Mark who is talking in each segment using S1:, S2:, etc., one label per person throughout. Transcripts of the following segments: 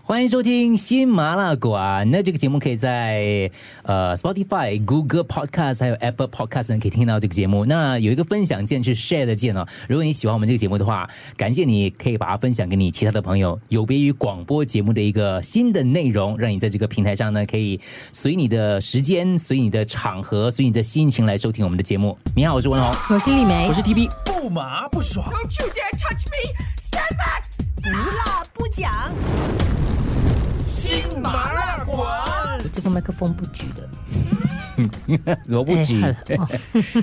S1: 欢迎收听新麻辣馆。那这个节目可以在呃 Spotify、Google Podcast 还有 Apple Podcast 呢可以听到这个节目。那有一个分享键是 Share 的键哦。如果你喜欢我们这个节目的话，感谢你可以把它分享给你其他的朋友。有别于广播节目的一个新的内容，让你在这个平台上呢可以随你的时间、随你的场合、随你的心情来收听我们的节目。你好，我是文红。
S2: 我是李梅，
S3: 我是 TP，
S4: 哎不麻不爽，
S5: Don't you dare touch me! Stand back!
S2: 不辣不讲。
S4: 新麻辣馆。
S2: 这个麦克风不举的，
S1: 我不举，
S2: 哎好了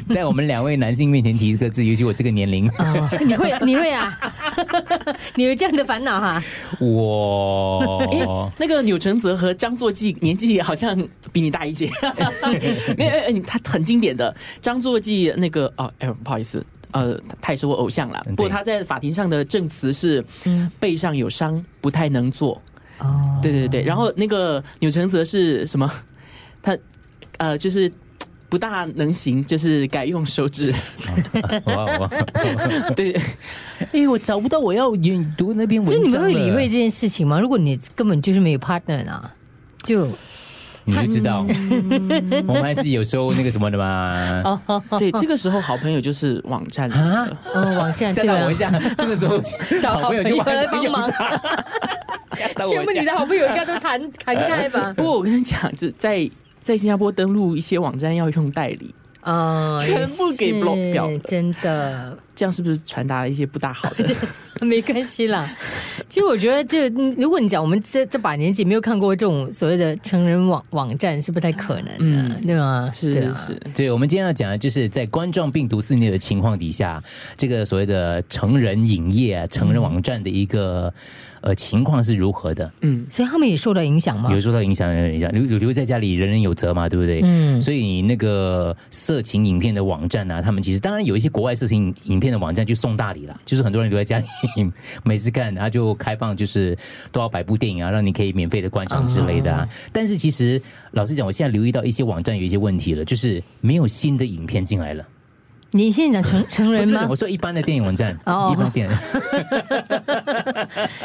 S1: 在我们两位男性面前提这个字，尤其我这个年龄，
S2: 哦 你会你会 啊？你有这样的烦恼哈？
S1: 我
S3: 那个钮承泽和张作骥年纪好像比你大一 些，没有，没有没有他很经典的张作骥那个哦，哎，不好意思，呃，他他也是我偶像啦。
S1: 嗯
S3: 不过他在法庭上的证词是背上有伤，不太能坐。
S2: 哦，
S3: 对对对，然后那个钮承泽是什么？他呃，就是不大能行，就是改用手 指。
S1: 我 我
S3: 对，
S1: 哎，我找不到我要研读那篇文
S2: 所以
S1: 章
S2: 你
S1: 了
S2: 们会理会这件事情吗？如果你根本就是没有 partner 啊，就
S1: 你就知道，我们还是有时候那个什么的嘛。
S3: 对，这个时候好朋友就是网站
S1: 啊！
S2: 哦网站
S1: 吓
S2: 对
S1: 到
S2: 啊
S1: 我一，下，这个时候
S2: 找
S1: 好朋友就
S2: 好
S1: 马
S2: 朋友来
S1: 上用
S2: 帮 忙
S1: 上，吓到
S2: 全
S1: 我
S2: 部
S1: 一
S2: 你
S1: 下。
S2: 的好朋友应该都弹弹开 吧？
S3: 不过我跟你讲，这在在新加坡登录一些网站要用代理，
S2: 啊，
S3: 全部给
S2: 哦也是
S3: block 掉了
S2: 真的
S3: 这样是不是传达了一些不 大好的？
S1: 啊
S2: 没关系 啦。其实我觉得这，如果你讲我们这这把年纪没有看过这种所谓的成人网网站，是不太可能的，
S3: 嗯
S2: 对吗？对
S3: 是
S2: 啊
S3: 是，
S1: 对，我们今天要讲的就是在冠状病毒肆虐的情况底下，这个所谓的成人影业、啊、成人网站的一个、呃情况是如何的？
S3: 嗯，
S2: 所以他们也受到影响吗
S1: 有？受到影响，人人影响，留留留在家里，人人有责嘛，对不对？
S2: 嗯
S1: 所以那个色情影片的网站啊，他们其实当然有一些国外色情影片的网站就送大礼了，就是很多人留在家里 没事干，然后啊就开放就是多少百部电影啊，让你可以免费的观赏之类的啊。但是其实老实讲，我现在留意到一些网站有一些问题了，就是没有新的影片进来了。
S2: 你现在讲成 成
S1: 不
S2: 人
S1: 是
S2: 吗
S1: 我？说一般的电影网站，
S2: 哦
S1: 一般电影。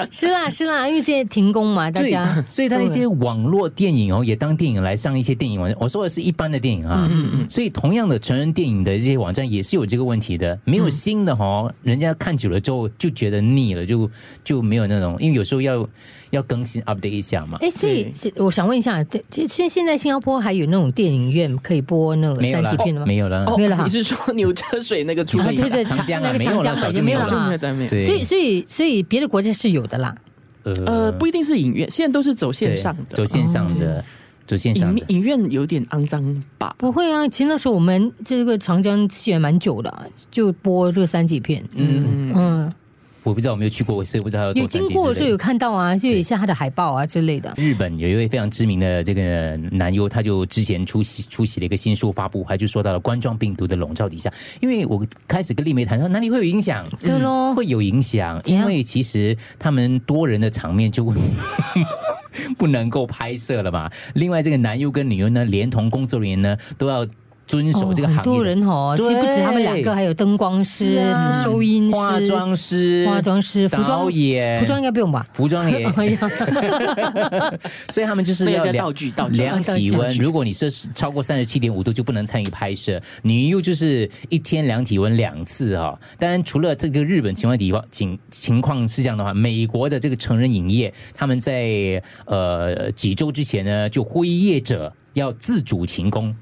S2: 是啦是啦，因为现在停工嘛，大
S1: 对
S2: 家，
S1: 所以嗯他一些网络电影哦，也当电影来上一些电影网站。我说的是一般的电影啊，嗯嗯所以同样的成人电影的这些网站也是有这个问题的，没有新的哦，
S2: 嗯
S1: 人家看久了之后就觉得腻了，就就没有那种，因为有时候要要更新 update 一下嘛。
S2: 哎，所以
S3: 对
S2: 是我想问一下，这这现现在新加坡还有那种电影院可以播那个
S1: 没有
S2: 哎三
S1: 了
S2: 级片的，吗？
S1: 没有了，
S2: 哦没了哈
S3: 你是说牛车水那个出
S2: 啊，
S3: 名？
S2: 对对，
S1: 长 江啊
S2: 那个
S1: 没有
S2: 长
S1: 了
S2: 江
S1: 早
S2: 海
S1: 就
S2: 就没有
S1: 没
S2: 了
S1: 有
S3: 就没
S2: 哈
S3: 有。在没有
S1: 对，
S2: 所以所以所以别的国家是有的啦。
S3: 呃，不一定是影院，现在都是走线
S1: 对
S3: 上的
S1: 走。线上
S2: 哦
S1: 的，走线上
S3: 影
S1: 的。
S3: 影院有点肮脏吧？
S2: 不会啊，其实那时候我们这个长江戏园蛮久的啊，就播这个三级片。
S3: 嗯，
S2: 嗯，
S1: 我不知道我没有去过，我所以不知道要
S2: 有
S1: 多
S2: 经
S1: 三级
S2: 过的
S1: 之
S2: 时候
S1: 类
S2: 有
S1: 的
S2: 看到啊，就有一些它的海报啊之类的。
S1: 日本有一位非常知名的这个男优，他就之前出席出席了一个新书发布会，就说到了冠状病毒的笼罩底下，因为我开始跟丽梅谈说哪里会有影响，
S2: 对喽，
S1: 会有影响，
S2: 怎
S1: 因
S2: 样
S1: 为其实他们多人的场面就 不能够拍摄了嘛。另外，这个男优跟女优呢，连同工作人员呢，都要遵守
S2: 哦
S1: 这个
S2: 很
S1: 行
S2: 多
S1: 业的。
S2: 人哦，其实不止他们两
S1: 对
S2: 个，还有灯光师、收音师、
S1: 化妆师、
S2: 化妆师、服
S1: 导
S2: 装、
S1: 演、
S2: 服装应该不用吧？
S1: 服装也
S2: 哎呀，
S1: 所以他们就是
S3: 没有
S1: 要
S3: 在
S1: 量
S3: 道具道具
S1: 量体
S2: 道
S1: 温。
S2: 具
S1: 如果你摄氏超过三十七点五度，就不能参与拍摄。你又就是一天量体温两次哈、哦。当然，除了这个日本情况底情情况是这样的话，美国的这个成人影业，他们在呃几周之前呢，就呼吁业者要自主停工。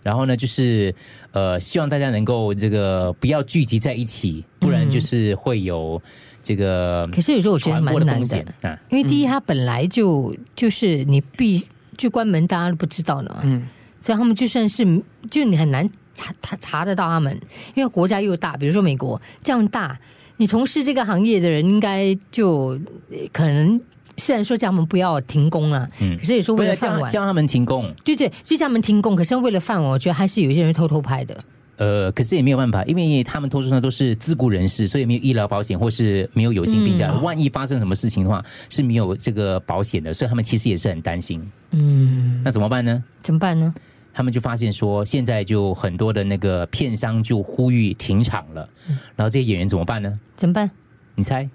S1: 然后呢，就是呃，希望大家能够这个不要聚集在一起，不然就是会有这个
S2: 可是有时候我觉得
S1: 嗯传
S2: 蛮
S1: 播的
S2: 难
S1: 风
S2: 的
S1: 险，啊。
S2: 因为第一，它本来就就是你必就关门，大家都不知道的嘛，
S3: 嗯，
S2: 所以他们就算是就你很难查查查得到他们，因为国家又大，比如说美国这样大，你从事这个行业的人应该就呃可能虽然说叫他们不要停工啊，
S1: 嗯
S2: 可是有时候
S1: 不
S2: 为了
S1: 要
S2: 饭
S1: 叫
S2: 碗，
S1: 叫他们停工，
S2: 对对，就叫他们停工，可是为了饭碗，我觉得还是有一些人偷偷拍的。
S1: 呃，可是也没有办法，因为他们多数上都是自雇人士，所以没有医疗保险或是没有有薪病假，
S2: 嗯
S1: 万一发生什么事情的话是没有这个保险的，所以他们其实也是很担心。
S2: 嗯，
S1: 那怎么办呢？
S2: 怎么办呢？
S1: 他们就发现说，现在就很多的那个片商就呼吁停场
S2: 嗯
S1: 了，然后这些演员怎么办呢？
S2: 怎么办？
S1: 你猜？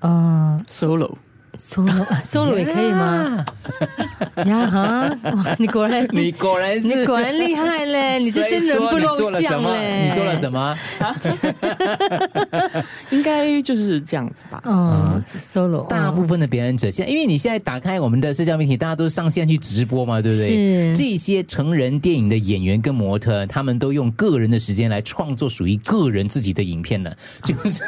S2: 呃，
S3: solo
S2: solo solo 也可以吗？呀哈，哇，你果然
S1: 你果然是，
S2: 你果然厉 害嘞！你这真人
S1: 所
S2: 不露
S1: 以说你做了什
S2: 相欸
S1: 么
S2: 嘞！
S1: 你做了什
S2: 么？
S1: 么？
S3: 应该就是这样 子吧。
S2: 嗯，solo
S1: 大部分的表演者现在，因为你现在打开我们的社交媒体，大家都上线去直播嘛，对不对？
S2: 是
S1: 这些成人电影的演员跟模特，他们都用个人的时间来创作属于个人自己的影片了，就是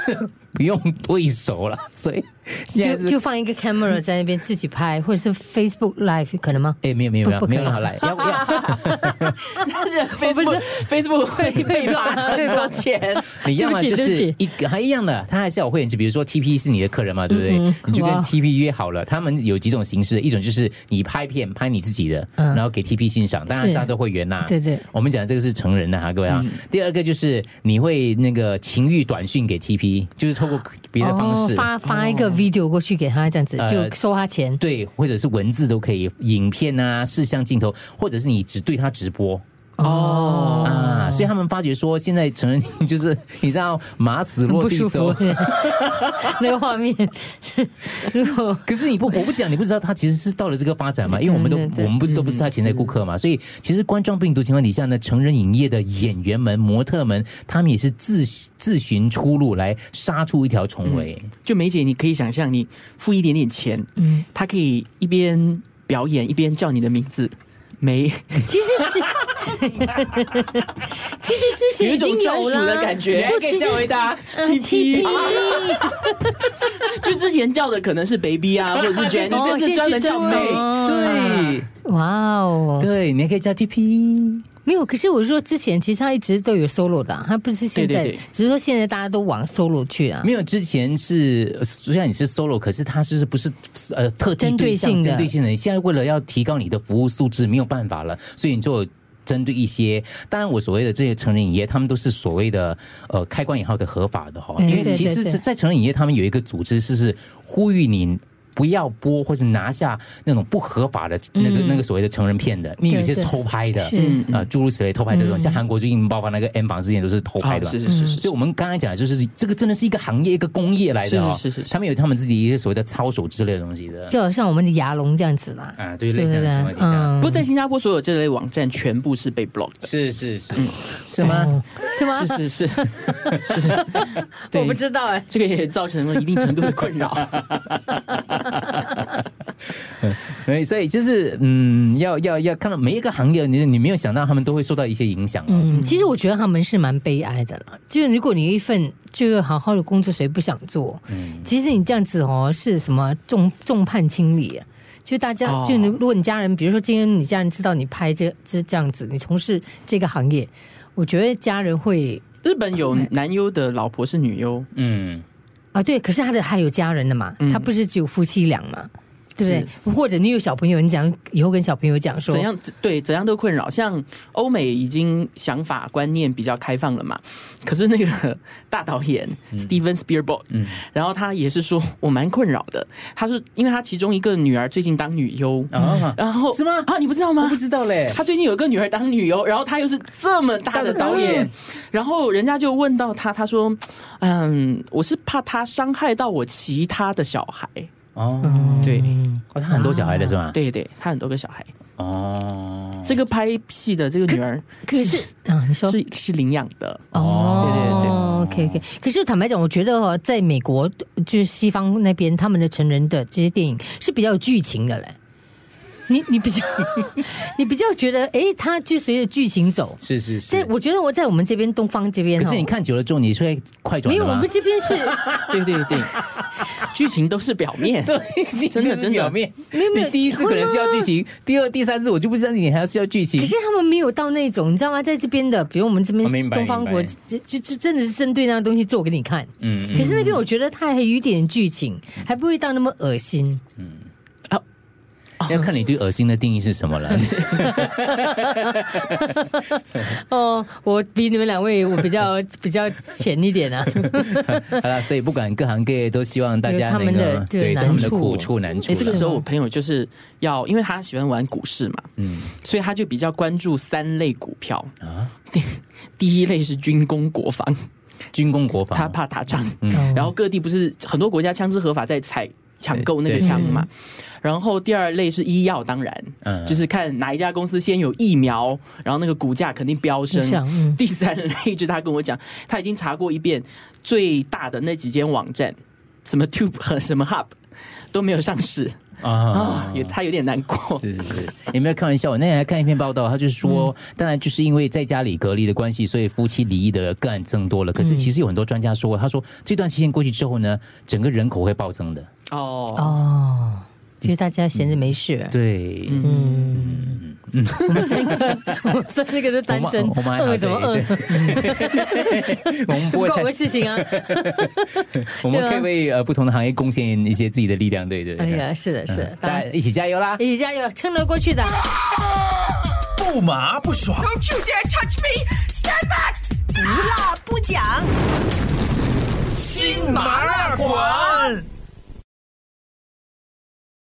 S1: 不用对手了。所以现在
S2: 就是就放一个 camera 在那边自己拍，或者是 Facebook Live 可能吗？
S1: 哎，没有没有没有
S2: 不不可
S1: 没有
S2: 能
S1: 那么来，要要
S3: Facebook Facebook 会被罚很
S2: 被罚
S3: 多钱。
S1: 你要么就
S2: 对不
S1: 是
S2: 起对不起
S1: 一个还一样的，他还是有会员制，比如说 TP 是你的客人嘛，对不对？
S2: 嗯嗯
S1: 你就跟
S2: 哇
S1: TP 约好了，他们有几种形式，一种就是你拍片拍你自己的，
S2: 嗯
S1: 然后给 TP 欣赏，当然
S2: 是
S1: 是他的会员啦。
S2: 对嗯对，
S1: 我们讲这个是成人的哈，各位啊。第二个就是你会那个情欲短讯给 TP，就是透过别的方式。
S2: 啊哦、发发一个 video 过去给他，这样子、
S1: 呃
S2: 就收他钱。
S1: 对，或者是文字都可以，影片啊、视像镜头，或者是你只对他直播，
S2: 哦
S1: 啊，所以他们发觉说，现在成人 就是你知道马死
S2: 很
S1: 落
S2: 不
S1: 地
S2: 舒
S1: 走
S2: 服，， 那个画面。 如果
S1: 可是你不，我不讲，你不知道他其实是到了这个发展嘛，因为我们都
S2: 对嗯对对
S1: 我们不是都不是他潜在顾客嘛，所以其实冠状病毒情况底下呢，成人影业的演员们、模特们，他们也是自自寻出路来杀出一条重围。
S3: 就梅姐，你可以想象，你付一点点钱，
S2: 嗯，
S3: 她可以一边表演一边叫你的名字，梅，
S2: 其实之 其实之前
S3: 有
S2: 已
S3: 一种
S2: 经
S3: 专
S2: 有
S3: 属
S2: 了
S3: 的感觉，
S2: 我
S3: 可
S2: 其
S3: 以叫回
S2: 实
S3: 答
S2: 嗯 T P，
S3: 就之前叫的可能是 baby 啊，或者是 Jenny，
S2: 哦
S3: 这次专门叫
S2: 现在
S3: 梅
S2: 就，哦
S3: 对，
S2: 哇哦，
S1: 对，你还可以加 TP，
S2: 没有。可是我说之前其实他一直都有 solo 的啊，他不是现在，
S3: 对对对
S2: 只是说现在大家都往 solo 去啊。
S1: 没有之前是呃虽然你是 solo，可是他是不是呃特定
S2: 针对
S1: 对象
S2: 性的
S1: 针对性的？你现在为了要提高你的服务素质，没有办法了，所以你就。针对一些，当然我所谓的这些成人影业，他们都是所谓的呃开关以后的合法的哈，
S2: 嗯
S1: 因为
S2: 对
S1: 其实
S2: 对对
S1: 是在成人影业，他们有一个组织是是呼吁你不要播或是拿下那种不合法的那个、
S2: 嗯
S1: 那个所谓的成人片的，因为有些是
S2: 对对
S1: 偷拍的，
S2: 是嗯
S1: 啊诸如此类偷拍这种，像韩国最近爆发那个 M 房事件都是偷拍的嘛，
S3: 哦是是是是
S1: 所以我们刚才讲的就是这个真的是一个行业一个工业来的、哦，
S3: 是是是是是
S1: 他们有他们自己一些所谓的操守之类的东西的。
S2: 就好像我们的牙龙这样子啦，
S1: 啊对
S2: 是不
S1: 类似
S2: 是？嗯
S1: 那种情况底下
S3: 不过在新加坡，所有这类网站全部是被 block 的。
S1: 是是是，是吗
S2: 哦？是吗？
S3: 是是是是，对
S2: 我不知道哎、
S3: 这个也造成了一定程度的困扰。
S1: 所以所以就是嗯，要要要看到每一个行业，你你没有想到他们都会受到一些影响、哦。
S2: 嗯，其实我觉得他们是蛮悲哀的啦。就是如果你有一份就要好好的工作，谁不想做？
S3: 嗯
S2: 其实你这样子哦，是什么众众叛亲离、啊？就大家，
S3: 哦
S2: 就如如果你家人，比如说今天你家人知道你拍这这这样子，你从事这个行业，我觉得家人会
S3: 日本有男优的老婆是女优，
S1: 嗯，
S2: 啊，对，可是他的还有家人的嘛，
S3: 嗯
S2: 他不是只有夫妻俩嘛，对不对？或者你有小朋友，你讲以后跟小朋友讲说
S3: 怎，样对怎样都困扰。像欧美已经想法观念比较开放了嘛，可是那个 大导演
S1: 嗯
S3: Steven Spielberg，、然后他也是说我蛮困扰的。他是因为他其中一个女儿最近当女优，
S1: 啊，
S3: 然后
S1: 是吗
S3: 啊，你不知道吗？
S1: 我不知道嘞。
S3: 他最近有一个女儿当女优，然后他又是这么大的导演
S1: 嗯，
S3: 然后人家就问到他，他说：“嗯，我是怕他伤害到我其他的小孩。
S1: 哦，
S3: 对
S1: 哦，他很多小孩的是吗？”，
S3: 对对，他很多个小孩。
S1: 哦，
S3: 这个拍戏的这个女儿
S2: 可是啊，你说
S3: 是是领养的，
S2: 哦，对对对，OK OK。可是坦白讲，我觉得哦，在美国就是西方那边，他们的成人的这些电影是比较有剧情的嘞。你你比较 你比较觉得，诶，它就随着剧情走。
S1: 是是是
S2: 在。我觉得我在我们这边东方这边哦，
S1: 可是你看久了之后，你是会快转
S2: 没
S1: 的
S2: 有，我
S1: 吗
S2: 们？这边是
S3: 对对对， 剧情都是表面，
S1: 对
S3: 真的真的
S1: 表面。
S2: 没有没有
S1: 你第一次可能需要剧情，第二、第三次我就不相信你还要需要剧情
S2: 可。是他们没有到那种，你知道吗？在这边的，比如我们这边
S1: 我明白
S2: 东方国，
S1: 明
S2: 这这这真的是针对那个东西做给你看。
S1: 嗯，
S2: 可是那边我觉得它还有一点剧情，还不会到那么恶心。
S1: 要看你对恶心的定义是什么了。
S2: 哦，我比你们两位我 比较比较浅一点啊。
S1: 好了，所以不管各行各业，都希望大家
S2: 有他
S1: 能
S2: 们的
S1: 够
S2: 对
S1: 对
S2: 难
S1: 他们的
S2: 处
S1: 苦处难处
S3: 哎、
S1: 了。
S3: 这个时候我朋友就是要，因为他喜欢玩股市嘛，嗯，所以他就比较关注三类股票啊。 第第一类是军工国防，
S1: 军工国防，
S3: 他怕打仗，
S1: 嗯
S2: 哦
S3: 然后各地不是很多国家枪支合法在采抢购那个
S1: 对
S3: 枪嘛。然后第二类是医药，当然，
S1: 嗯
S3: 就是看哪一家公司先有疫苗，然后那个股价肯定飙升
S2: 是啊嗯。
S3: 第三类就是他跟我讲，他已经查过一遍最大的那几间网站，什么 Tube 和什么 Hub 都没有上市啊
S1: 啊，
S3: 也他有点难过。
S1: 是是是，也没有开玩笑。我那天还看一篇报道，他就是说，
S2: 嗯
S1: 当然就是因为在家里隔离的关系，所以夫妻离异的个案增多了。
S2: 嗯
S1: 可是其实有很多专家说，他说这段期间过去之后呢，整个人口会暴增的。
S3: 哦，
S2: 哦，就是大家闲着没事。
S1: 嗯对，
S2: 嗯我们三个， 我们三个都单身，
S1: 我们我 们还
S2: 饿怎么
S1: 好
S2: 饿
S1: 对？我们不会
S2: 不
S1: 太
S2: 关我，的事 情啊！
S1: 我们
S2: 对啊
S1: 可以为呃不同的行业贡献一些自己的力量。对对
S2: 哎
S1: 对，
S2: 呀，是的，是的，
S1: 嗯
S2: 大
S1: 大
S2: 家
S1: 家一起加油啦！
S2: 一起加油，撑得过去的。啊
S4: 不麻不爽，
S5: Don't you dare touch me! Stand back!
S6: 不辣不讲。
S4: 新麻辣馆。